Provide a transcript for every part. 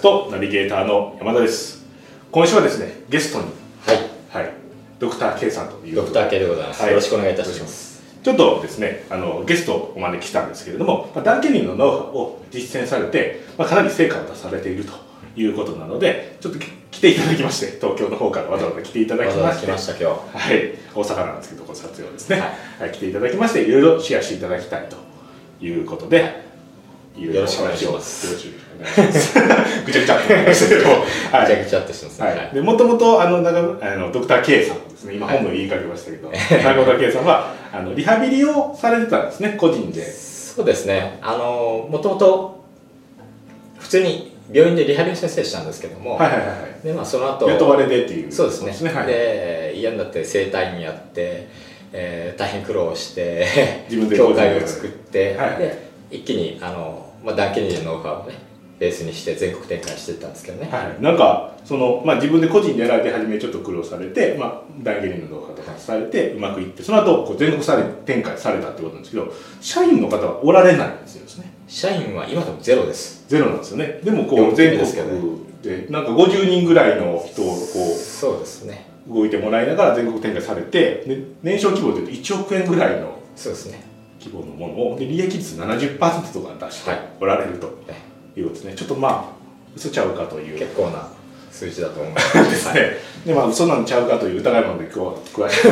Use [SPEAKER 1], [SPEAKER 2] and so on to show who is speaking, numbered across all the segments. [SPEAKER 1] とナビゲーターの山田です今週はですねゲストにはい、ドクター K さんという
[SPEAKER 2] ド
[SPEAKER 1] こ
[SPEAKER 2] ク
[SPEAKER 1] と
[SPEAKER 2] タ
[SPEAKER 1] で
[SPEAKER 2] ー K でございます、
[SPEAKER 1] はい
[SPEAKER 2] よろしくお願いいたします
[SPEAKER 1] ちょっとですねあのゲストをお招きしたんですけれども、まあ、ダーケリンのノウハウを実践されて、まあ、かなり成果を出されているということなのでちょっとき来ていただきまして東京の方からわざわざ来ていただ
[SPEAKER 2] わ
[SPEAKER 1] き
[SPEAKER 2] ざわ
[SPEAKER 1] ま
[SPEAKER 2] ざ
[SPEAKER 1] し
[SPEAKER 2] 来
[SPEAKER 1] て
[SPEAKER 2] ました今日
[SPEAKER 1] はい、大阪なんですけど、この撮影をですね、
[SPEAKER 2] は
[SPEAKER 1] はい、来ていただきまして、いろいろシェアしていただきたいということで、いろいろ。
[SPEAKER 2] よろしくお願いします
[SPEAKER 1] よろしくお願いします。ぐちゃぐちゃってなりました けど、
[SPEAKER 2] ぐち
[SPEAKER 1] は
[SPEAKER 2] ゃぐちゃっとしてますね、
[SPEAKER 1] い。はい、で、もともと、あの、長あの、ドクター K さんはですね、今本名言いかけましたけど、ドクター K さんは、あの、リハビリをされてたんですね、個人で。
[SPEAKER 2] そうですねあのもともと普通に病院でリハビリの先生したんですけども、
[SPEAKER 1] はいはいはいはい。
[SPEAKER 2] でまあその後
[SPEAKER 1] 雇われでっていう。
[SPEAKER 2] そうですね
[SPEAKER 1] はい。
[SPEAKER 2] で嫌になって整体院やって、えー大変苦労して
[SPEAKER 1] 自分で
[SPEAKER 2] 教会を作って、
[SPEAKER 1] はい
[SPEAKER 2] で一気にあの、まあ、ダンケリーのノウハウをねベースにして全国展開していったんですけどね、
[SPEAKER 1] はい、なんかその、まあ、自分で個人でやられて初めちょっと苦労されて、まあ、大芸人の動画とかされてうまくいってその後こう全国され展開されたってことなんですけど社員の方はおられないんですよね
[SPEAKER 2] 社員は今でもゼロです
[SPEAKER 1] ゼロなんですよねでもこ
[SPEAKER 2] よ
[SPEAKER 1] う
[SPEAKER 2] く言
[SPEAKER 1] 全
[SPEAKER 2] うん
[SPEAKER 1] 国
[SPEAKER 2] ですけどね
[SPEAKER 1] でなんか50人ぐらいの人をこ
[SPEAKER 2] そうですね
[SPEAKER 1] う動いてもらいながら全国展開されてで年商規模でいうと1億円ぐらいの
[SPEAKER 2] そうですね
[SPEAKER 1] 規模のものをで利益率70%とか出して
[SPEAKER 2] はい
[SPEAKER 1] おられると
[SPEAKER 2] ね
[SPEAKER 1] いうことですねちょっとまあ嘘ちゃうかという
[SPEAKER 2] 結構な数字だと思い
[SPEAKER 1] で
[SPEAKER 2] ま
[SPEAKER 1] すすね。で、まあ、そんなんちゃうかという疑いまで詳詳 しく、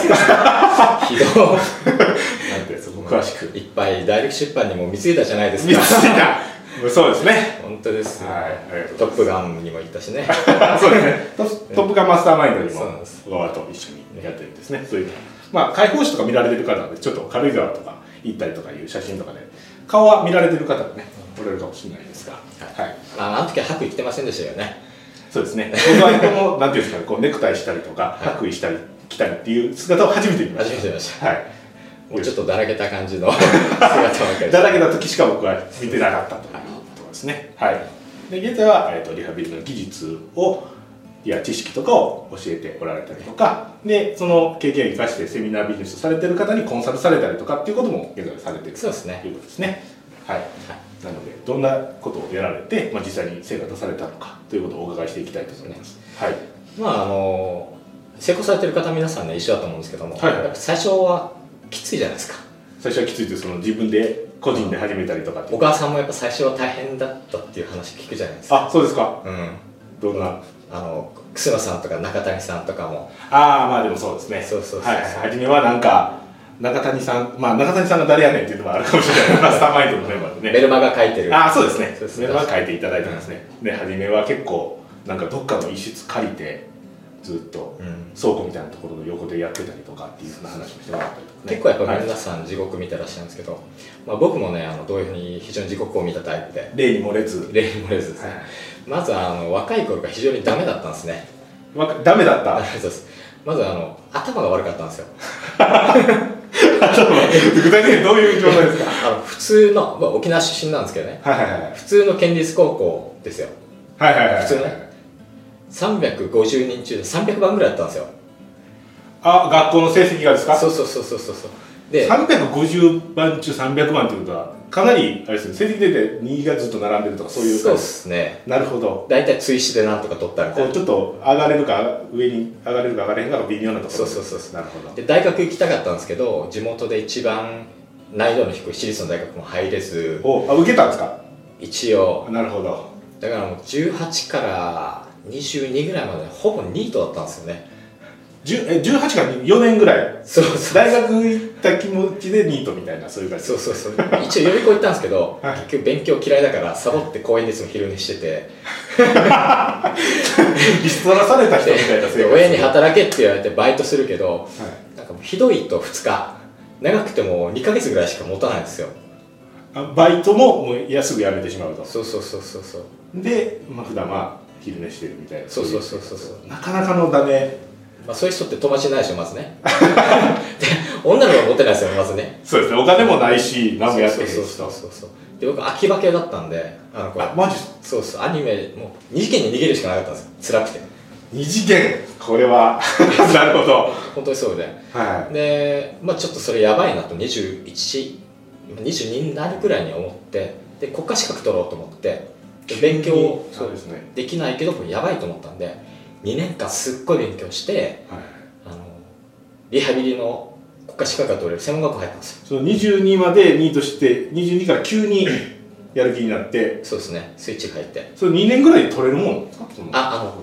[SPEAKER 2] ひど
[SPEAKER 1] なんて、そこ詳しく。
[SPEAKER 2] いいっぱいダイレクト出版にも貢いだじゃないです
[SPEAKER 1] 見つ
[SPEAKER 2] か
[SPEAKER 1] けた。そうですね。
[SPEAKER 2] 本当です、
[SPEAKER 1] はい、ありがと
[SPEAKER 2] ト
[SPEAKER 1] う
[SPEAKER 2] ッ
[SPEAKER 1] ご
[SPEAKER 2] プ
[SPEAKER 1] ざい
[SPEAKER 2] ガンにも行ったしね
[SPEAKER 1] ます。そうですね。トットップガンマスターマインドにも
[SPEAKER 2] そうなんです、
[SPEAKER 1] 小川と一緒にやってるんですね。そういう、まあ、解放誌とか見られてる方なんで、ちょっと軽井沢とか行ったりとかいう写真とかで、顔は見られてる方もね、おられるかもしれないですが、はい。
[SPEAKER 2] ああの時は白衣着てませんでしたよね
[SPEAKER 1] そうですね。僕はこの、なんていうんですかね、こう、ネクタイしたりとか、白衣したり、着たりっていう姿を初めて見ました。
[SPEAKER 2] 初めて見まし
[SPEAKER 1] はい。
[SPEAKER 2] もうちょっとだらけた感じの姿ばっかり
[SPEAKER 1] だらけた時しか僕は見てなかったというところですね。はい、で現在は、えー、とリハビリの技術をや知識とかを教えておられたりとかでその経験を生かしてセミナービジネスをされてる方にコンサルされたりとかっていうことも現在されてる
[SPEAKER 2] そうですね
[SPEAKER 1] ということですね。はいなのでどんなことをやられて、まあ、実際に成果出されたのかということをお伺いしていきたいと思います。はい、
[SPEAKER 2] まああの成功されてる方皆さんね一緒だと思うんですけども、
[SPEAKER 1] はい
[SPEAKER 2] やっぱ最初はきついじゃないですか
[SPEAKER 1] 最初はきついですその自分で個人で始めたりとかってい
[SPEAKER 2] お
[SPEAKER 1] う
[SPEAKER 2] 母さんもやっぱ最初は大変だったっていう話聞くじゃないですか
[SPEAKER 1] あそうですか
[SPEAKER 2] うん
[SPEAKER 1] どんな
[SPEAKER 2] あの楠野さんとか中谷さんとかも
[SPEAKER 1] ああまあでもそうですね
[SPEAKER 2] そうそうそう
[SPEAKER 1] はいはい初めはなんか中谷さんまあ中谷さんが誰やねんっていうのもあるかもしれな いマスターマインドのメンバーで
[SPEAKER 2] メ
[SPEAKER 1] ね
[SPEAKER 2] ルマが書いてる
[SPEAKER 1] ああそうですね
[SPEAKER 2] そうです
[SPEAKER 1] メルマガ書いていただいてますね、で初めは結構なんかどっかの一室借りてずっと
[SPEAKER 2] うん
[SPEAKER 1] 倉庫みたいなところの横でやってたりとかっていうふうな話もしてもらったりとか、ね、
[SPEAKER 2] 結構やっぱ
[SPEAKER 1] はい
[SPEAKER 2] 皆さん地獄見てらっしゃるんですけど、まあ、僕もねあのどういうふうに非常に地獄を見たタイプで
[SPEAKER 1] 例に漏れず、
[SPEAKER 2] 例に漏れずです
[SPEAKER 1] は
[SPEAKER 2] ね、
[SPEAKER 1] い
[SPEAKER 2] まずあの若い頃が非常にダメだったんですね
[SPEAKER 1] わか、ダメだった
[SPEAKER 2] そうですまずあの頭が悪かったんですよ
[SPEAKER 1] 具体的にどういう状態 ですか
[SPEAKER 2] あの普通の、まあ、沖縄出身なんですけどね
[SPEAKER 1] はいはいはい
[SPEAKER 2] 普通の県立高校ですよ
[SPEAKER 1] はいはいはい
[SPEAKER 2] 普通ね350人中で300番ぐらいだったんですよ
[SPEAKER 1] あ学校の成績がですか
[SPEAKER 2] そうそうそうそうそうそうで
[SPEAKER 1] 350番中300番ということはかなりあれですね成績出て2位がずっと並んでるとかそういう
[SPEAKER 2] そう
[SPEAKER 1] 感
[SPEAKER 2] で
[SPEAKER 1] じ
[SPEAKER 2] すね
[SPEAKER 1] なるほど
[SPEAKER 2] 大体追試でなんとか取ったみたい
[SPEAKER 1] こ
[SPEAKER 2] な
[SPEAKER 1] うちょっと上がれるか上に上がれるか上がれへんかが微妙なところ
[SPEAKER 2] そうそうそうそう
[SPEAKER 1] なるほど
[SPEAKER 2] で大学行きたかったんですけど地元で一番難易度の低い私立の大学も入れず
[SPEAKER 1] おあ受けたんですか
[SPEAKER 2] 一応
[SPEAKER 1] なるほど
[SPEAKER 2] だからもう18から22ぐらいまでほぼニートだったんですよね
[SPEAKER 1] 10え18から4年ぐらい
[SPEAKER 2] そうそう
[SPEAKER 1] 大学行った気持ちでニートみたいなそういう感じ
[SPEAKER 2] そうそうそう一応予備校行ったんですけど、
[SPEAKER 1] はい
[SPEAKER 2] 結局勉強嫌いだからサボって公園でいつも昼寝してて
[SPEAKER 1] リストラされた人みたいな生
[SPEAKER 2] で
[SPEAKER 1] 活
[SPEAKER 2] 親に
[SPEAKER 1] はい
[SPEAKER 2] 働けって言われてバイトするけどなんかもうひどいと2日長くても2ヶ月ぐらいしか持たないんですよ
[SPEAKER 1] あバイトももうやすぐ辞めてしまうと
[SPEAKER 2] そうそうそうそうそう
[SPEAKER 1] で、まあ、普段は昼寝してるみたいな
[SPEAKER 2] そうそうそうそうそう
[SPEAKER 1] なかなかのだね
[SPEAKER 2] まあ、そういう人って友達いないでしょ、まず ね。で女の子が持ってないですよね、まずね。
[SPEAKER 1] そうですねお金もないし何もやってへんし
[SPEAKER 2] そうそうそうそう。で、僕、秋葉系だったんで、あの子、
[SPEAKER 1] あマジっす
[SPEAKER 2] そうそう、アニメ、もう、二次元に逃げるしかなかったんですよ。辛くて。
[SPEAKER 1] 二次元これは なるほど
[SPEAKER 2] 本当にそうで。
[SPEAKER 1] は
[SPEAKER 2] で、まあちょっとそれやばいなと、21、22になるくらいに思って、で、国家資格取ろうと思って、勉強
[SPEAKER 1] そうですね
[SPEAKER 2] できないけどこれやばいと思ったんで2年間すっごい勉強して
[SPEAKER 1] はい
[SPEAKER 2] あのリハビリの国家資格が取れる専門学校入ったんですよ
[SPEAKER 1] その22まで2として22から急にやる気になって
[SPEAKER 2] そうですねスイッチが入って
[SPEAKER 1] それ2年ぐらいで取れるもんなんですかその
[SPEAKER 2] ああの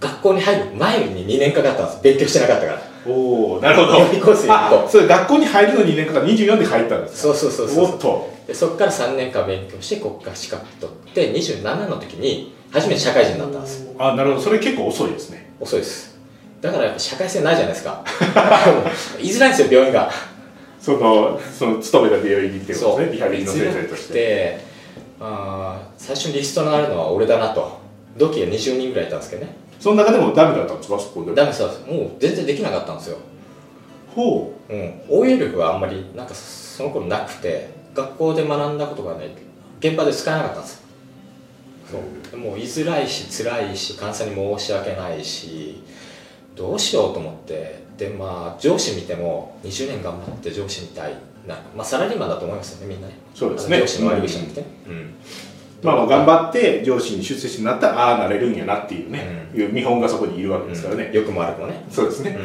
[SPEAKER 2] 学校に入る前に2年かかったんです勉強してなかったから
[SPEAKER 1] おおなるほど
[SPEAKER 2] 予備校生
[SPEAKER 1] あ
[SPEAKER 2] 一個
[SPEAKER 1] それ学校に入るの2年間24で入ったんです
[SPEAKER 2] そうそうそうそう
[SPEAKER 1] おっと
[SPEAKER 2] でそこから3年間勉強して国家資格取って27の時に初めて社会人になったんです
[SPEAKER 1] あなるほどそれ結構遅いですね
[SPEAKER 2] 遅いですだからやっぱ社会性ないじゃないですか いずれないんですよ病院が
[SPEAKER 1] そのその勤めた病院にってことですねリハビリの先生として
[SPEAKER 2] であー最初にリストのあるのは俺だなと同期が20人ぐらいいたんですけどね
[SPEAKER 1] その中でもダメだったんですかそこで
[SPEAKER 2] ダメさもう全然できなかったんですよ、
[SPEAKER 1] ほ
[SPEAKER 2] うん、応援力があんまりなんかその頃なくて学校で学んだことがね現場で使えなかったんですよそうもう居づらいし辛いし患者さんに申し訳ないしどうしようと思ってでまあ上司見ても20年頑張って上司みたいな、まあ、サラリーマンだと思いますよねみんなね
[SPEAKER 1] うそうですね
[SPEAKER 2] あの上司の悪口じゃなくて、うん
[SPEAKER 1] まあまあ頑張って上司に出世してなったらああなれるんやなっていうね、いう見本がそこにいるわけですから
[SPEAKER 2] うん
[SPEAKER 1] ね、
[SPEAKER 2] 良くも悪くもね、
[SPEAKER 1] そうです
[SPEAKER 2] う
[SPEAKER 1] ね、
[SPEAKER 2] ん、
[SPEAKER 1] うん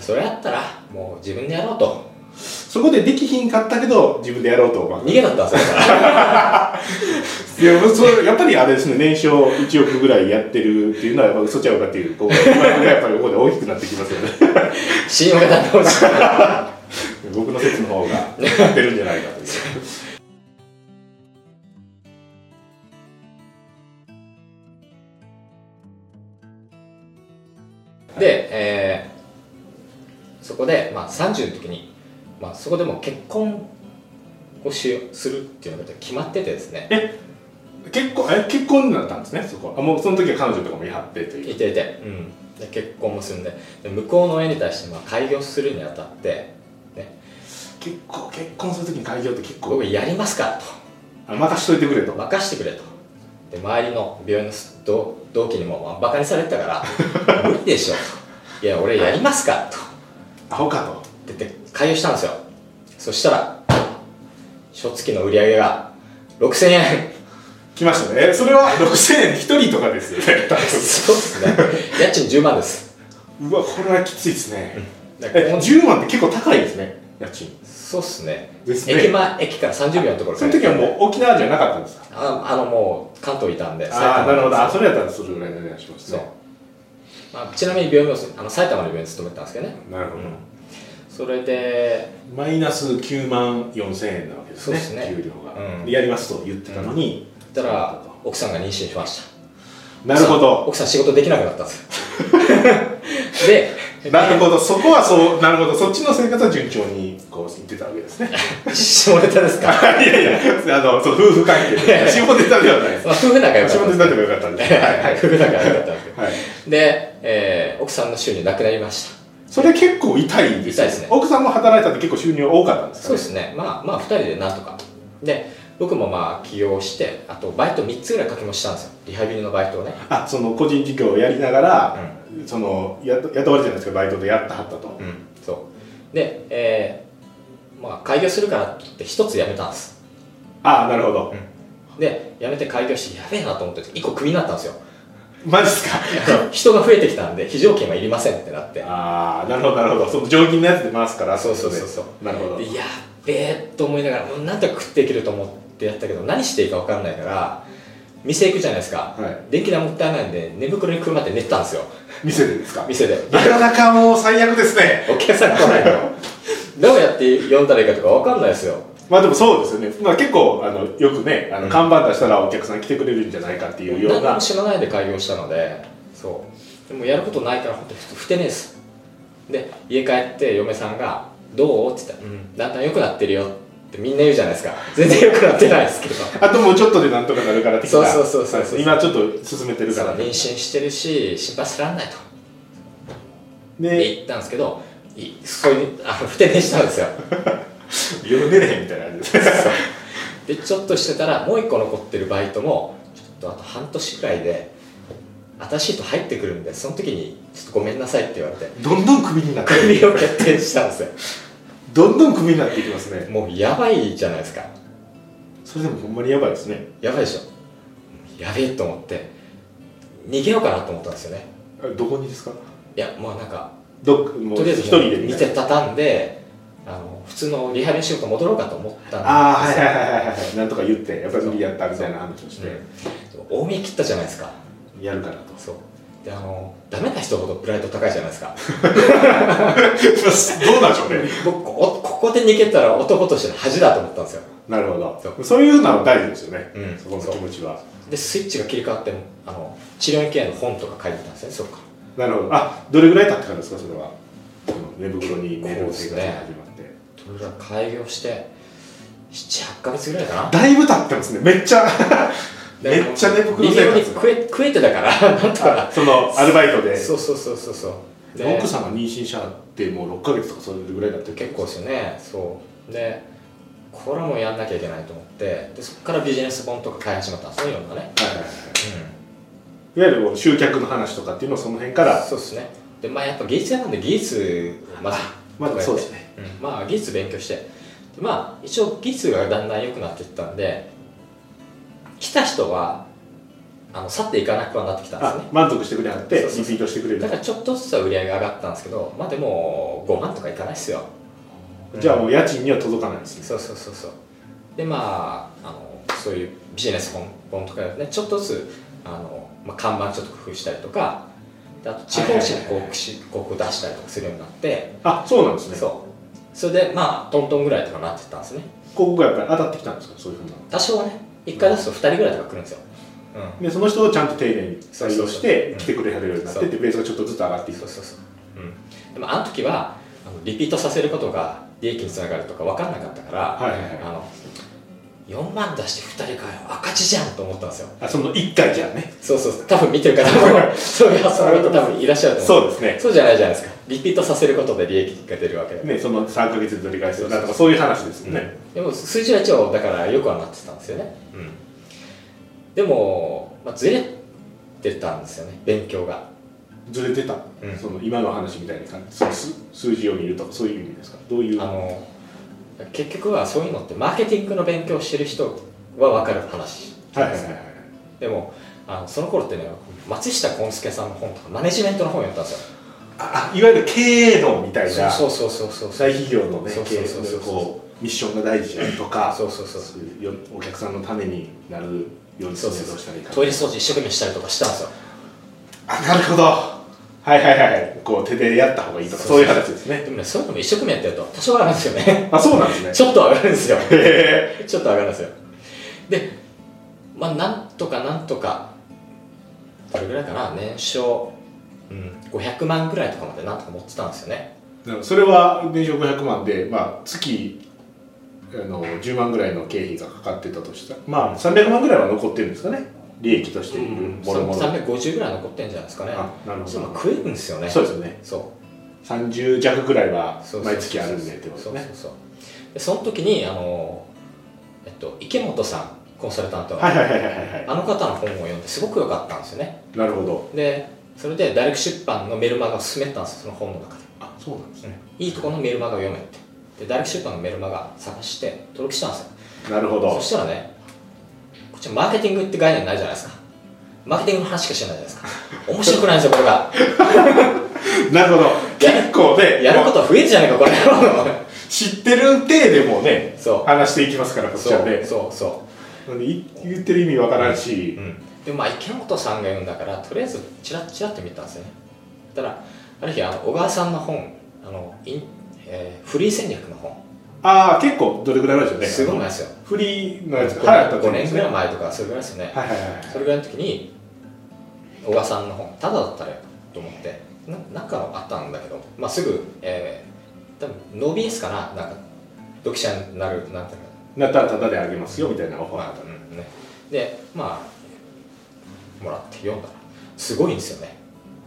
[SPEAKER 2] それやったらもう自分でやろうと
[SPEAKER 1] そこでできひんかったけど自分でやろうと思う
[SPEAKER 2] 逃げだったんですよ
[SPEAKER 1] いやそれやっぱりあれですね年商1億ぐらいやってるっていうのはやっぱ嘘ちゃうかっていうこうやっぱりここで大きくなってきますよね
[SPEAKER 2] 信用がなってほしい
[SPEAKER 1] 僕の説の方がやってるんじゃないかという
[SPEAKER 2] で、えーそこで、まあ、30の時に、まあ、そこでもう結婚をしようするっていうのが決まっててですね
[SPEAKER 1] 結婚え結婚になったんですねそこあもうその時は彼女とかもいはってという
[SPEAKER 2] いていて、うん、で結婚もするんでで向こうの親に対して、まあ、開業するにあたって
[SPEAKER 1] 結構結婚する時に開業って結
[SPEAKER 2] 「僕
[SPEAKER 1] 構
[SPEAKER 2] やりますから」
[SPEAKER 1] あ任しといてくれ
[SPEAKER 2] と「
[SPEAKER 1] と
[SPEAKER 2] 任してくれ」と。で周りの病院の同同期にも、まあ、バカにされてたから「無理でしょ」と「いや俺やりますから」と。
[SPEAKER 1] アホかと
[SPEAKER 2] 出て開業したんですよそしたら初月の売り上げが6000円
[SPEAKER 1] 来ましたねえそれは6000円1人とかですよね
[SPEAKER 2] そうで すね家賃10万です
[SPEAKER 1] うわこれはきついですね
[SPEAKER 2] だから
[SPEAKER 1] え
[SPEAKER 2] この
[SPEAKER 1] 10万って結構高いですね家賃
[SPEAKER 2] そうっすね
[SPEAKER 1] ですね
[SPEAKER 2] 駅前駅から30秒のところ
[SPEAKER 1] その時はもう沖縄じゃなかったんですか
[SPEAKER 2] ああのもう関東いたんで
[SPEAKER 1] ああなるほどあ
[SPEAKER 2] そ
[SPEAKER 1] それやったらそれぐらいの値段します
[SPEAKER 2] そう
[SPEAKER 1] ね、
[SPEAKER 2] まあ、ちなみに病院もあの埼玉の病院に勤めてたんですけどね
[SPEAKER 1] なるほど、
[SPEAKER 2] それで
[SPEAKER 1] マイナス9万4千円なわけですね
[SPEAKER 2] そうですね
[SPEAKER 1] 給料が、
[SPEAKER 2] うん
[SPEAKER 1] でやりますと言ってたのに、
[SPEAKER 2] 言ったら奥さんが妊娠しました
[SPEAKER 1] なるほど
[SPEAKER 2] 奥さん仕事できなくなったんです で
[SPEAKER 1] なるほどそこはそうなるほどそっちの生活は順調にこう言ってたわけです ね
[SPEAKER 2] 下ネタで すか、
[SPEAKER 1] いやいやあのそう夫婦関係で下ネタではないです
[SPEAKER 2] まあ、夫婦仲良かった
[SPEAKER 1] 下
[SPEAKER 2] んで
[SPEAKER 1] ネ
[SPEAKER 2] す
[SPEAKER 1] タでもよかったんで、はいはい
[SPEAKER 2] 夫婦仲良かったんですけ
[SPEAKER 1] はい、
[SPEAKER 2] どで、えー奥さんの収入なくなりました
[SPEAKER 1] それ結構痛いんです
[SPEAKER 2] 痛
[SPEAKER 1] よ
[SPEAKER 2] いですね
[SPEAKER 1] 奥さんも働いたって結構収入多かったんですか
[SPEAKER 2] そう
[SPEAKER 1] ね
[SPEAKER 2] ですねまあまあ2人でなんとかで僕もまあ起業してあとバイト3つぐらい掛け持ちしたんですよリハビリのバイトをね
[SPEAKER 1] あその個人事業をやりながら、そのやと雇われてるんですけどバイトでやってはったと、
[SPEAKER 2] うんそうでえーまあ開業するからって言って1つ辞めたんです
[SPEAKER 1] ああなるほど、
[SPEAKER 2] で辞めて開業してやべえなと思って1個クビになったんです よ
[SPEAKER 1] マジっすか
[SPEAKER 2] 人が増えてきたんで非常勤はいりませんってなって
[SPEAKER 1] ああなるほどなるほどその上勤のやつで回すから
[SPEAKER 2] そうそうそうそう
[SPEAKER 1] なるほど
[SPEAKER 2] でやっべえと思いながらもうなんとか食っていけると思ってやったけど何していいか分かんないから店行くじゃないですか、
[SPEAKER 1] はい
[SPEAKER 2] 電気代もったいないんで寝袋にくるまって寝てたんですよ
[SPEAKER 1] 店でですか
[SPEAKER 2] 店で
[SPEAKER 1] なかなかもう最悪ですね
[SPEAKER 2] お客さん来ない のどうやって呼んだらいいかとか分かんないですよ
[SPEAKER 1] まあでもそうですよね、まあ、結構あのよくねあの、
[SPEAKER 2] うん
[SPEAKER 1] 看板出したらお客さん来てくれるんじゃないかっていうよう
[SPEAKER 2] 何
[SPEAKER 1] な
[SPEAKER 2] も知らないで開業したのでそうでもやることないから本当にふふてねえですで家帰って嫁さんが「どう?」って言ったら、うん「だんだん良くなってるよ」ってみんな言うじゃないですか全然良くなってない ですけど
[SPEAKER 1] あともうちょっとでなんとかなるから的な
[SPEAKER 2] そうそうそうそうそう
[SPEAKER 1] 今ちょっと進めてる
[SPEAKER 2] そ
[SPEAKER 1] か
[SPEAKER 2] う
[SPEAKER 1] ら
[SPEAKER 2] 妊娠してるし心配すらんないとって
[SPEAKER 1] で
[SPEAKER 2] 言ったんですけどいそこにあの不定にしたんですよ
[SPEAKER 1] 夜寝れへんみたいな感じです
[SPEAKER 2] でちょっとしてたらもう一個残ってるバイトもちょっとあと半年くらいで新しい人入ってくるんでその時に「ちょっとごめんなさい」って言われて
[SPEAKER 1] どんどんクビにな って
[SPEAKER 2] クビを決定したんです
[SPEAKER 1] どんどんクビになっていきます
[SPEAKER 2] よ
[SPEAKER 1] ね
[SPEAKER 2] もうやばいじゃないですか
[SPEAKER 1] それでもほんまにやばいですね
[SPEAKER 2] やばいでしょやべえと思って逃げようかなと思ったんですよね
[SPEAKER 1] あどこにですか
[SPEAKER 2] いやもうなんか
[SPEAKER 1] どっもう
[SPEAKER 2] とりあえず
[SPEAKER 1] 一人でみ
[SPEAKER 2] 見
[SPEAKER 1] たい
[SPEAKER 2] て畳んであの普通のリハビリ仕事戻ろうかと思ったんですよ
[SPEAKER 1] ああはいはいはいはいはいなんとか言ってやっぱり無理やったみたいな話をして、
[SPEAKER 2] 大見切ったじゃないですか
[SPEAKER 1] やるからと
[SPEAKER 2] そうであのダメな人ほどプライド高いじゃないですか
[SPEAKER 1] どうなんでしょうね
[SPEAKER 2] 僕こここで逃げたら男としての恥だと思ったんですよ
[SPEAKER 1] なるほど
[SPEAKER 2] そ
[SPEAKER 1] そういうのは大事ですよね、
[SPEAKER 2] うん
[SPEAKER 1] そこの気持ちは
[SPEAKER 2] でスイッチが切り替わってあの治療院経営の本とか書いてたんですねそっか
[SPEAKER 1] なるほどあどれぐらい経ってからですかそれはその寝袋に寝
[SPEAKER 2] そう
[SPEAKER 1] る
[SPEAKER 2] で
[SPEAKER 1] 生
[SPEAKER 2] す
[SPEAKER 1] 活が
[SPEAKER 2] ね
[SPEAKER 1] 始まって、
[SPEAKER 2] それが開業して78ヶ月ぐらいかな
[SPEAKER 1] だいぶ経ってますねめっちゃめっちゃ寝袋
[SPEAKER 2] 微
[SPEAKER 1] 生
[SPEAKER 2] 妙に
[SPEAKER 1] 活
[SPEAKER 2] 食え食えてたからなんとか
[SPEAKER 1] あ そのアルバイトで
[SPEAKER 2] そうそうそうそうそうで
[SPEAKER 1] 奥さんが妊娠したってもう6ヶ月とかそれぐらいだった
[SPEAKER 2] 結構ですよねそうでこれはもうやんなきゃいけないと思ってでそこからビジネス本とか買い始めたんですねいろんなね
[SPEAKER 1] はいはいはいいわゆるこう集客の話とかっていうのはその辺から
[SPEAKER 2] そうですねでまあやっぱ技術屋なんで技術をまず
[SPEAKER 1] まだそうですね
[SPEAKER 2] うんまあ技術勉強してでまあ一応技術がだんだん良くなっていったんで来た人はあの去っていかなくはなってきたんです
[SPEAKER 1] あ
[SPEAKER 2] ね
[SPEAKER 1] 満足してくれはって
[SPEAKER 2] そうそう
[SPEAKER 1] リピートしてくれる
[SPEAKER 2] だからちょっとずつは売り上げが上がったんですけどまあでも5万とかいかないっすよ
[SPEAKER 1] じゃあもう家賃には届かないですね
[SPEAKER 2] そうそうそうそうでまああのそういうビジネス本本とかねちょっとずつあの、まあ、看板ちょっと工夫したりとかであと地方紙に
[SPEAKER 1] はいはいはい
[SPEAKER 2] 広告し広告出したりとかするようになって
[SPEAKER 1] あそうなんですね広
[SPEAKER 2] そうそれでまあトントンぐらいとかなってったんですね
[SPEAKER 1] 告がやっぱり当たってきたんですかそういうふうな
[SPEAKER 2] 多少はね1回出すと2人ぐらいとか来るんですよ、う
[SPEAKER 1] でその人をちゃんと丁寧に採用し
[SPEAKER 2] そうそうそうう
[SPEAKER 1] て
[SPEAKER 2] ん
[SPEAKER 1] 来てくれはるようになって
[SPEAKER 2] そう
[SPEAKER 1] でベースがちょっとずつ上がってい
[SPEAKER 2] ん、
[SPEAKER 1] く
[SPEAKER 2] そうそうそう、うん、でもあの時はあのリピートさせることが利益につながるとか分かんなかったから、
[SPEAKER 1] はいはいはい
[SPEAKER 2] あの4万出して2人かよ赤字じゃんと思ったんですよ
[SPEAKER 1] あその1回じゃあね
[SPEAKER 2] そうそうそう多分見てる方も そういう発想の方多分いらっしゃると思う
[SPEAKER 1] そうですね
[SPEAKER 2] そうじゃないじゃないですかリピートさせることで利益が出るわけで、
[SPEAKER 1] ねその3ヶ月で取り返すようなとかそういう話です
[SPEAKER 2] う
[SPEAKER 1] よ
[SPEAKER 2] ん
[SPEAKER 1] ね
[SPEAKER 2] でも数字は一応だからよくはなってたんですよね、うん、でも、まあ、ずれてたんですよね勉強が
[SPEAKER 1] ずれてた
[SPEAKER 2] うん
[SPEAKER 1] その今の話みたいな感じその数数字を見るとかそういう意味ですかどういう
[SPEAKER 2] あ
[SPEAKER 1] は
[SPEAKER 2] の結局はそういうのってマーケティングの勉強をしてる人は分かる話
[SPEAKER 1] いはいはいはい
[SPEAKER 2] でもあのその頃ってね松下幸之助さんの本とかマネジメントの本を読んだんですよ
[SPEAKER 1] あいわゆる経営論みたいな
[SPEAKER 2] そうそうそうそうそう
[SPEAKER 1] 大企業のね
[SPEAKER 2] そう
[SPEAKER 1] 経
[SPEAKER 2] そう
[SPEAKER 1] 営
[SPEAKER 2] そうそう
[SPEAKER 1] のこうミッションが大事とか
[SPEAKER 2] そうそうそう
[SPEAKER 1] そういうよお客さんのためになるようにす
[SPEAKER 2] そう
[SPEAKER 1] るにはど
[SPEAKER 2] そう
[SPEAKER 1] うしたらいいか
[SPEAKER 2] トイレ掃除一生懸命したりとかしたんですよ
[SPEAKER 1] あなるほどはいはいはいこう手でやった方がいいとか
[SPEAKER 2] そ
[SPEAKER 1] そ
[SPEAKER 2] う
[SPEAKER 1] う
[SPEAKER 2] そう
[SPEAKER 1] いう話ですね
[SPEAKER 2] でもねそういうのも一生懸命やってると多少上がるんですよね
[SPEAKER 1] あそうなんですね
[SPEAKER 2] ちょっと上がるんですよ
[SPEAKER 1] へ
[SPEAKER 2] ちょっと上がるんですよでまあなんとかなんとかどれぐらいかな年商、うん、500万ぐらいとかまでなんとか持ってたんですよね
[SPEAKER 1] えなるほどそれは年商500万で、まあ、月あの10万ぐらいの経費がかかってたとしたらまあ300万ぐらいは残ってるんですかね利益としているもろもろ
[SPEAKER 2] 350ぐらい残ってんじゃないですかね
[SPEAKER 1] あなるほど
[SPEAKER 2] そういうの食えるんですよね
[SPEAKER 1] そうですね
[SPEAKER 2] そう
[SPEAKER 1] 30弱ぐらいは
[SPEAKER 2] そうそうそう
[SPEAKER 1] 毎月あるんでってことですね
[SPEAKER 2] そうそうそうでその時にあの、えっと、池本さんコンサルタントの、
[SPEAKER 1] はいはいはいはいはいは
[SPEAKER 2] あの方の本を読んですごく良かったんですよね
[SPEAKER 1] いなるほど
[SPEAKER 2] でそれでダイレクト出版のメルマガを勧めたんですよその本の中で
[SPEAKER 1] あそうなんですね
[SPEAKER 2] いいとこのメルマガを読めってでダイレクト出版のメルマガ探して登録したんですよ
[SPEAKER 1] なるほど
[SPEAKER 2] そしたらねこっちはマーケティングって概念ないじゃないですかマーケティングの話しかしてないじゃないですか面白くないんですよこれが
[SPEAKER 1] なるほど結構ね
[SPEAKER 2] やること増えるじゃないかこれ
[SPEAKER 1] 知ってる体でもうね
[SPEAKER 2] そう
[SPEAKER 1] 話していきますからこっち
[SPEAKER 2] そ
[SPEAKER 1] は
[SPEAKER 2] う
[SPEAKER 1] ね
[SPEAKER 2] そうそう
[SPEAKER 1] なんでい言ってる意味わからんし、
[SPEAKER 2] でまあ池本さんが読んだからとりあえずチラッチラッと見たんですよねたらある日あの小川さんの本あのイン、えーフリー戦略の本
[SPEAKER 1] ああ結構どれぐらい前ですよね
[SPEAKER 2] すごい前ですよ
[SPEAKER 1] フリーのやつが流行った
[SPEAKER 2] 5年ぐらい
[SPEAKER 1] い
[SPEAKER 2] 前とかそれぐらいですよね、
[SPEAKER 1] はいはいはいはい
[SPEAKER 2] それぐらいの時に小川さんの本ただだったらと思ってななんかあったんだけど、まあ、すぐ、えー、多分ノービエスかななんか読者になるなんていうの
[SPEAKER 1] なったらタダであげますよみたいなオファーだったの
[SPEAKER 2] うんね、でまあもらって読んだらすごいんですよね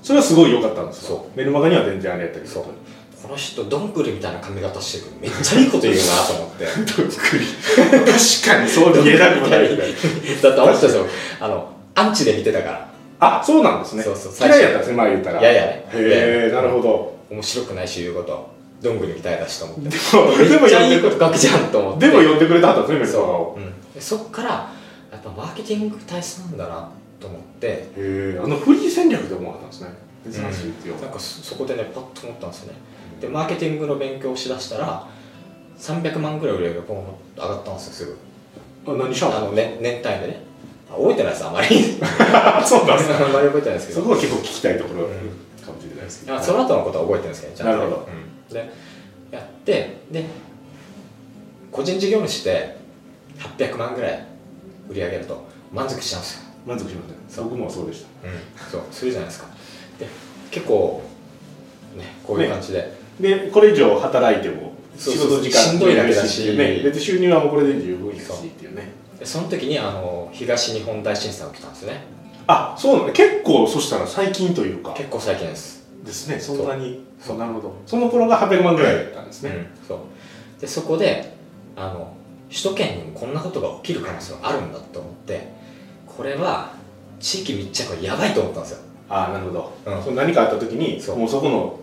[SPEAKER 1] それはすごい良かったんですよ
[SPEAKER 2] そ
[SPEAKER 1] メルマガには全然あれやったけど
[SPEAKER 2] そうこの人どんぐりみたいな髪型してるけどめっちゃいいこと言うな と思って
[SPEAKER 1] どっくり確かにそう見えなくもないみたいな
[SPEAKER 2] だってあの人ですよあのアンチで見てたから
[SPEAKER 1] あそうなんですね
[SPEAKER 2] そうそう
[SPEAKER 1] 嫌いやったんですね前言ったら
[SPEAKER 2] いやいやね
[SPEAKER 1] へえなるほど
[SPEAKER 2] 面白くないし言うことどんぐりみたいだしと思って
[SPEAKER 1] でもでも
[SPEAKER 2] めっちゃいい
[SPEAKER 1] 呼
[SPEAKER 2] こ
[SPEAKER 1] んで
[SPEAKER 2] と書くじゃんと思って
[SPEAKER 1] でも呼んでくれたはったんですねメルマガを
[SPEAKER 2] そう、うんでそっからやっぱマーケティング体質なんだなと思って
[SPEAKER 1] えあのフリー戦略で思われたんですね珍しいっていう、
[SPEAKER 2] なんかそそこでねパッと思ったんですよねでマーケティングの勉強をしだしたら300万ぐらい売り上げがポンと上がったんですよすぐ
[SPEAKER 1] あ何し
[SPEAKER 2] あ
[SPEAKER 1] よう
[SPEAKER 2] の、ね、年単位でねあ覚えてないですあまり
[SPEAKER 1] あそうなんですか
[SPEAKER 2] あんまり覚えてないです け
[SPEAKER 1] そ
[SPEAKER 2] ど
[SPEAKER 1] こは結構聞きたいところかもしれないですけど、
[SPEAKER 2] あその後のことは覚えてるんですけどねちゃんとね
[SPEAKER 1] なるほど
[SPEAKER 2] うんでやってで個人事業主で800万ぐらい売り上げると満足しちゃうんですよ
[SPEAKER 1] 満足しました
[SPEAKER 2] そ
[SPEAKER 1] ね
[SPEAKER 2] う
[SPEAKER 1] 僕もそうでした
[SPEAKER 2] そうするじゃないですかで結構ねこういう感じで、
[SPEAKER 1] でこれ以上働いても
[SPEAKER 2] そう
[SPEAKER 1] 仕
[SPEAKER 2] そう
[SPEAKER 1] 事時間
[SPEAKER 2] しんどいだけだし
[SPEAKER 1] ね別に収入はもうこれで十分いいしっていうね
[SPEAKER 2] でその時にあの東日本大震災が起きたんですよね
[SPEAKER 1] あそうなんだ結構そしたら最近というか
[SPEAKER 2] 結構最近です、
[SPEAKER 1] ですねそ
[SPEAKER 2] うん
[SPEAKER 1] なにそうなるほどその頃が800万ぐらいだったんですね、
[SPEAKER 2] うんそうでそこであの首都圏にもこんなことが起きる可能性があるんだと思ってこれは地域密着はやばいと思ったんですよ
[SPEAKER 1] ああなるほど、
[SPEAKER 2] うん
[SPEAKER 1] その何かあった時に
[SPEAKER 2] そう
[SPEAKER 1] もうそこの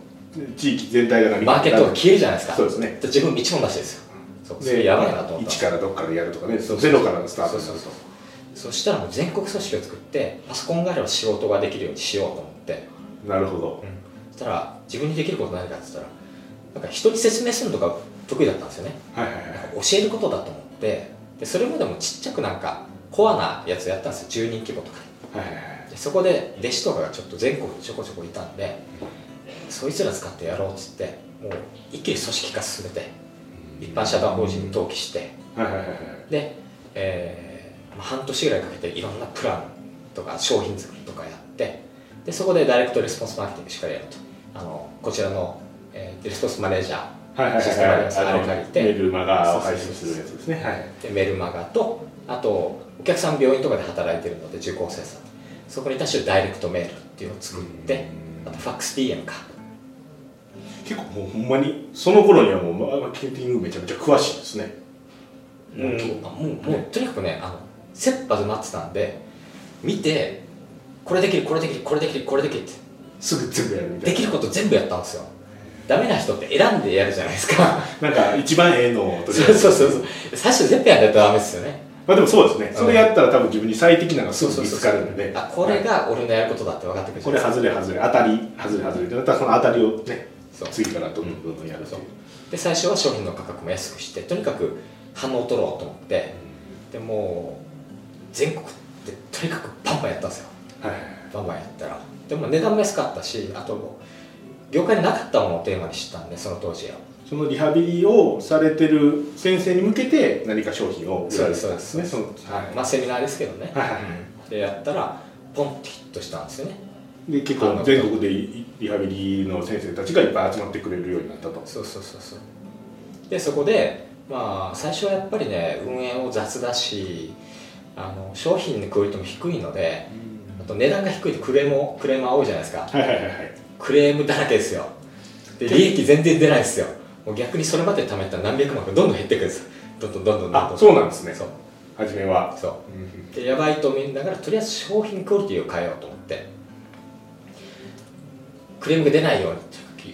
[SPEAKER 1] 地域全体が何か
[SPEAKER 2] マーケットが消えるじゃないですか
[SPEAKER 1] そうですね
[SPEAKER 2] で自分道もなしですよそうそれやばいなと思った
[SPEAKER 1] 一からどっからやるとかね
[SPEAKER 2] そうそう
[SPEAKER 1] ゼロからのスタート
[SPEAKER 2] そうそうそうそしたらもう全国組織を作ってパソコンがあれば仕事ができるようにしようと思って
[SPEAKER 1] なるほど
[SPEAKER 2] そしたら自分にできること何かって言ったらなんか人に説明するのが得意だったんですよね
[SPEAKER 1] はいはいは
[SPEAKER 2] なんか
[SPEAKER 1] い
[SPEAKER 2] 教えることだと思ってでそれまでもちっちゃくなんかコアなやつやったんですよ10人規模とか
[SPEAKER 1] はいはいはい
[SPEAKER 2] でそこで弟子とかがちょっと全国にちょこちょこいたんでそいつら使ってやろうっつってもう一気に組織化進めて一般社団法人に登記して
[SPEAKER 1] はいはいはいはい
[SPEAKER 2] で、えーまあ半年ぐらいかけていろんなプランとか商品作りとかやってでそこでダイレクトレスポンスマーケティングしっかりやるとあのこちらの、えーレスポンスマネージャ
[SPEAKER 1] はいはい
[SPEAKER 2] システムあり
[SPEAKER 1] は
[SPEAKER 2] ま
[SPEAKER 1] い
[SPEAKER 2] すあれ
[SPEAKER 1] あ
[SPEAKER 2] 借
[SPEAKER 1] の
[SPEAKER 2] りて
[SPEAKER 1] メルマガを配信するやつですねはい
[SPEAKER 2] ーでメルマガとあとお客さん病院とかで働いてるので受講生さんそこに対してダイレクトメールっていうのを作ってあとファックス DM か
[SPEAKER 1] 結構もうほんまにその頃にはもうマーケティングめちゃめちゃ詳しいですね
[SPEAKER 2] もうあもうもうとにかくねあの切羽詰まってたんで見てこれできるこれできるこれできるこれできるって
[SPEAKER 1] すぐ全部やるみたい
[SPEAKER 2] で
[SPEAKER 1] な
[SPEAKER 2] きること全部やったんですよダメな人って選んでやるじゃないですか
[SPEAKER 1] なんか一番ええのを
[SPEAKER 2] そう
[SPEAKER 1] 取り上げて
[SPEAKER 2] そうそうそう最初全部やんないとダメですよね
[SPEAKER 1] まあでもそうですねそれやったら多分自分に最適なのがすぐ見つかるので
[SPEAKER 2] あこれが俺のやることだって分かってくる
[SPEAKER 1] これ
[SPEAKER 2] ですか
[SPEAKER 1] 外れ外れ当たり外れ外れってなったらその当たりをね
[SPEAKER 2] そう
[SPEAKER 1] 次からどんどんどんどんやると
[SPEAKER 2] そうで最初は商品の価格も安くしてとにかく反応を取ろうと思ってでもう全国ってとにかくバンバンやったんですよ
[SPEAKER 1] はい
[SPEAKER 2] バンバンやったらでも値段も安かったしあと業界になかったものをテーマにしてたんでその当時は
[SPEAKER 1] そのリハビリをされてる先生に向けて何か商品を売られてたんですね
[SPEAKER 2] そ
[SPEAKER 1] そうのはい
[SPEAKER 2] まあセミナーですけどね、
[SPEAKER 1] はいはい
[SPEAKER 2] でやったらポンってヒットしたんですよね
[SPEAKER 1] で結構全国でいリハビリの先生たちがいっぱい集まってくれるようになったと
[SPEAKER 2] そうそうそうそうでそこでまあ最初はやっぱりね運営も雑だしあの商品のクオリティも低いのであと値段が低いとクレームもクレーマー多いじゃないですか
[SPEAKER 1] はいはいはいはい
[SPEAKER 2] クレームだらけですよで利益全然出ないですよもう逆にそれまで貯めた何百万がどんどん減っていくんですどんどんどんどんどんど
[SPEAKER 1] あそうなんですね
[SPEAKER 2] そう
[SPEAKER 1] 初めは
[SPEAKER 2] そうでやばいと思いながらとりあえず商品クオリティを変えようと思ってクレームが出ないように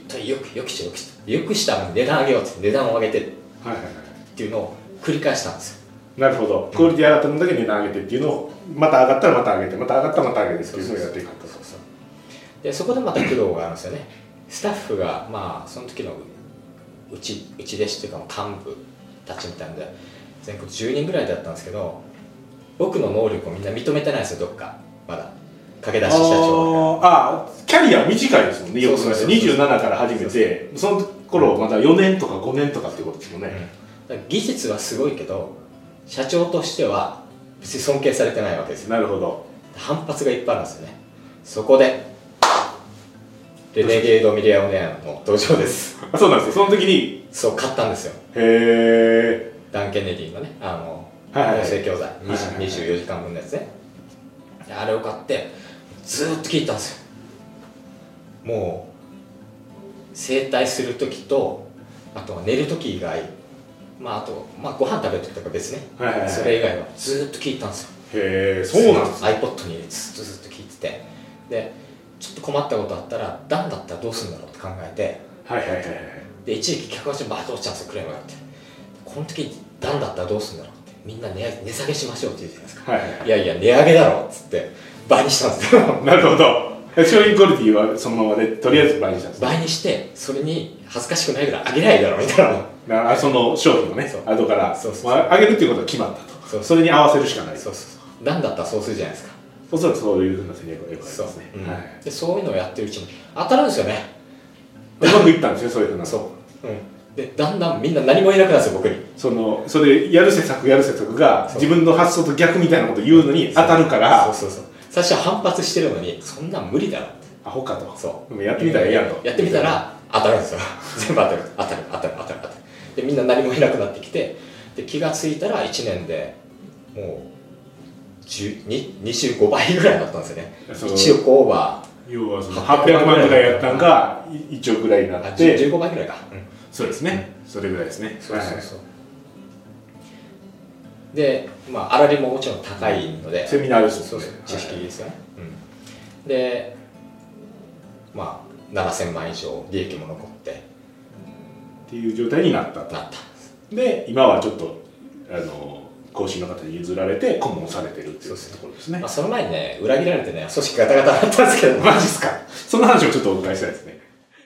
[SPEAKER 2] とにかくよくよくしてよくしてよくしたのに値段上げようって値段を上げてっ
[SPEAKER 1] はいはいは
[SPEAKER 2] ていうのを繰り返したんですよ
[SPEAKER 1] いなるほどクオリティ上がった分だけ値段上げてっていうのをまた上がったらまた上げてまた上がったらまた上げてっていうのをやっていくと
[SPEAKER 2] そうそうでそこでまた苦労があるんですよねスタッフがまあその時のうちうち弟子というか幹部たちみたいなので全国10人ぐらいだったんですけど僕の能力をみんな認めてないんですよどっかまだ駆け出し社長が
[SPEAKER 1] あーあーキャリア短いですもんねよく考え
[SPEAKER 2] そうそうそう
[SPEAKER 1] て27から始めてその頃まだ4年とか5年とかっていうことですもんね、
[SPEAKER 2] だから技術はすごいけど社長としては別に尊敬されてないわけですよ
[SPEAKER 1] なるほど
[SPEAKER 2] 反発がいっぱいあるんですよねそこでレネゲードミリアオネアの登場です
[SPEAKER 1] あそうなんですよその時に
[SPEAKER 2] そう買ったんですよ
[SPEAKER 1] へえ
[SPEAKER 2] ダン・ケネディのねあの
[SPEAKER 1] はいはい
[SPEAKER 2] 音声教材20
[SPEAKER 1] はいはいはい
[SPEAKER 2] 24時間分のやつねであれを買ってずーっと聞いたんですよもう整体する時とあとは寝る時以外まああと、まあ、ご飯食べる時とか別ね、
[SPEAKER 1] はいはいはい
[SPEAKER 2] それ以外はずーっと聞いたんですよ
[SPEAKER 1] へえそうなんですね
[SPEAKER 2] iPod にずっとずっと聞いててでちょっと困ったことあったら段だったらどうするんだろうって考えて
[SPEAKER 1] はいはいはいはい
[SPEAKER 2] で一時期180万どうしたんですよクレームがあってこの時段だったらどうするんだろうってみんな値値下げしましょうって言うじゃないですか、
[SPEAKER 1] はいはい
[SPEAKER 2] やいや値上げだろっつって倍にしたんですよ
[SPEAKER 1] いなるほど商品クオリティはそのままでとりあえず倍にしたんですね
[SPEAKER 2] 倍にしてそれに恥ずかしくないぐらい上げないだろみたいな
[SPEAKER 1] なあその商品をね
[SPEAKER 2] そう
[SPEAKER 1] 後から
[SPEAKER 2] そうそうそう
[SPEAKER 1] まあ上げるっていうことが決まったと
[SPEAKER 2] そう
[SPEAKER 1] それに合わせるしかない
[SPEAKER 2] そ
[SPEAKER 1] そう
[SPEAKER 2] そうそうなんだったらそうするじゃないですか
[SPEAKER 1] おそらくそういうふうな戦略がよくあり
[SPEAKER 2] そう
[SPEAKER 1] ますね、
[SPEAKER 2] うん
[SPEAKER 1] は
[SPEAKER 2] でそういうのをやってるうちに当たるんですよね
[SPEAKER 1] い、うまくいったんですねそういうふうな
[SPEAKER 2] そう、うん、でだんだんみんな何もいなくなるんですよ僕に
[SPEAKER 1] そのそれやる施策やる施策が
[SPEAKER 2] そう
[SPEAKER 1] 自分の発想と逆みたいなこと言うのに当たるか
[SPEAKER 2] そ
[SPEAKER 1] ら
[SPEAKER 2] うそうそう最初は反発してるのにそんなん無理だろって
[SPEAKER 1] アホかと
[SPEAKER 2] そう
[SPEAKER 1] でもやってみたらええやんと
[SPEAKER 2] やってみたら当たるんですよ 全部当たる当たる当たる当たる当たるでみんな何もいなくなってきてで気がついたら1年でもう10に25倍ぐらいだったんですよね
[SPEAKER 1] そう
[SPEAKER 2] 1億オーバ
[SPEAKER 1] 要はその
[SPEAKER 2] 800
[SPEAKER 1] 800万ぐらいやったんがい1億ぐらいにな
[SPEAKER 2] ーあ
[SPEAKER 1] っ
[SPEAKER 2] じゅ
[SPEAKER 1] て
[SPEAKER 2] 15倍ぐらいか、うん
[SPEAKER 1] そうですねそれぐらいですね
[SPEAKER 2] そうそう
[SPEAKER 1] はい
[SPEAKER 2] そう、でまあ粗利ももちろん高いので、
[SPEAKER 1] セミナーです
[SPEAKER 2] そ
[SPEAKER 1] も
[SPEAKER 2] うん
[SPEAKER 1] ね
[SPEAKER 2] そう知識
[SPEAKER 1] はい
[SPEAKER 2] ですよね、うん、でまあ7000万以上利益も残って
[SPEAKER 1] っていう状態になったと
[SPEAKER 2] なった
[SPEAKER 1] で今はちょっとあの講師の方に譲られて顧問されてるってい
[SPEAKER 2] そう
[SPEAKER 1] う
[SPEAKER 2] ですね
[SPEAKER 1] ところですね
[SPEAKER 2] まあ、その前にね裏切られてね組織ガタガタだったんですけど
[SPEAKER 1] マジっすかその話をちょっとお伺いしたいですね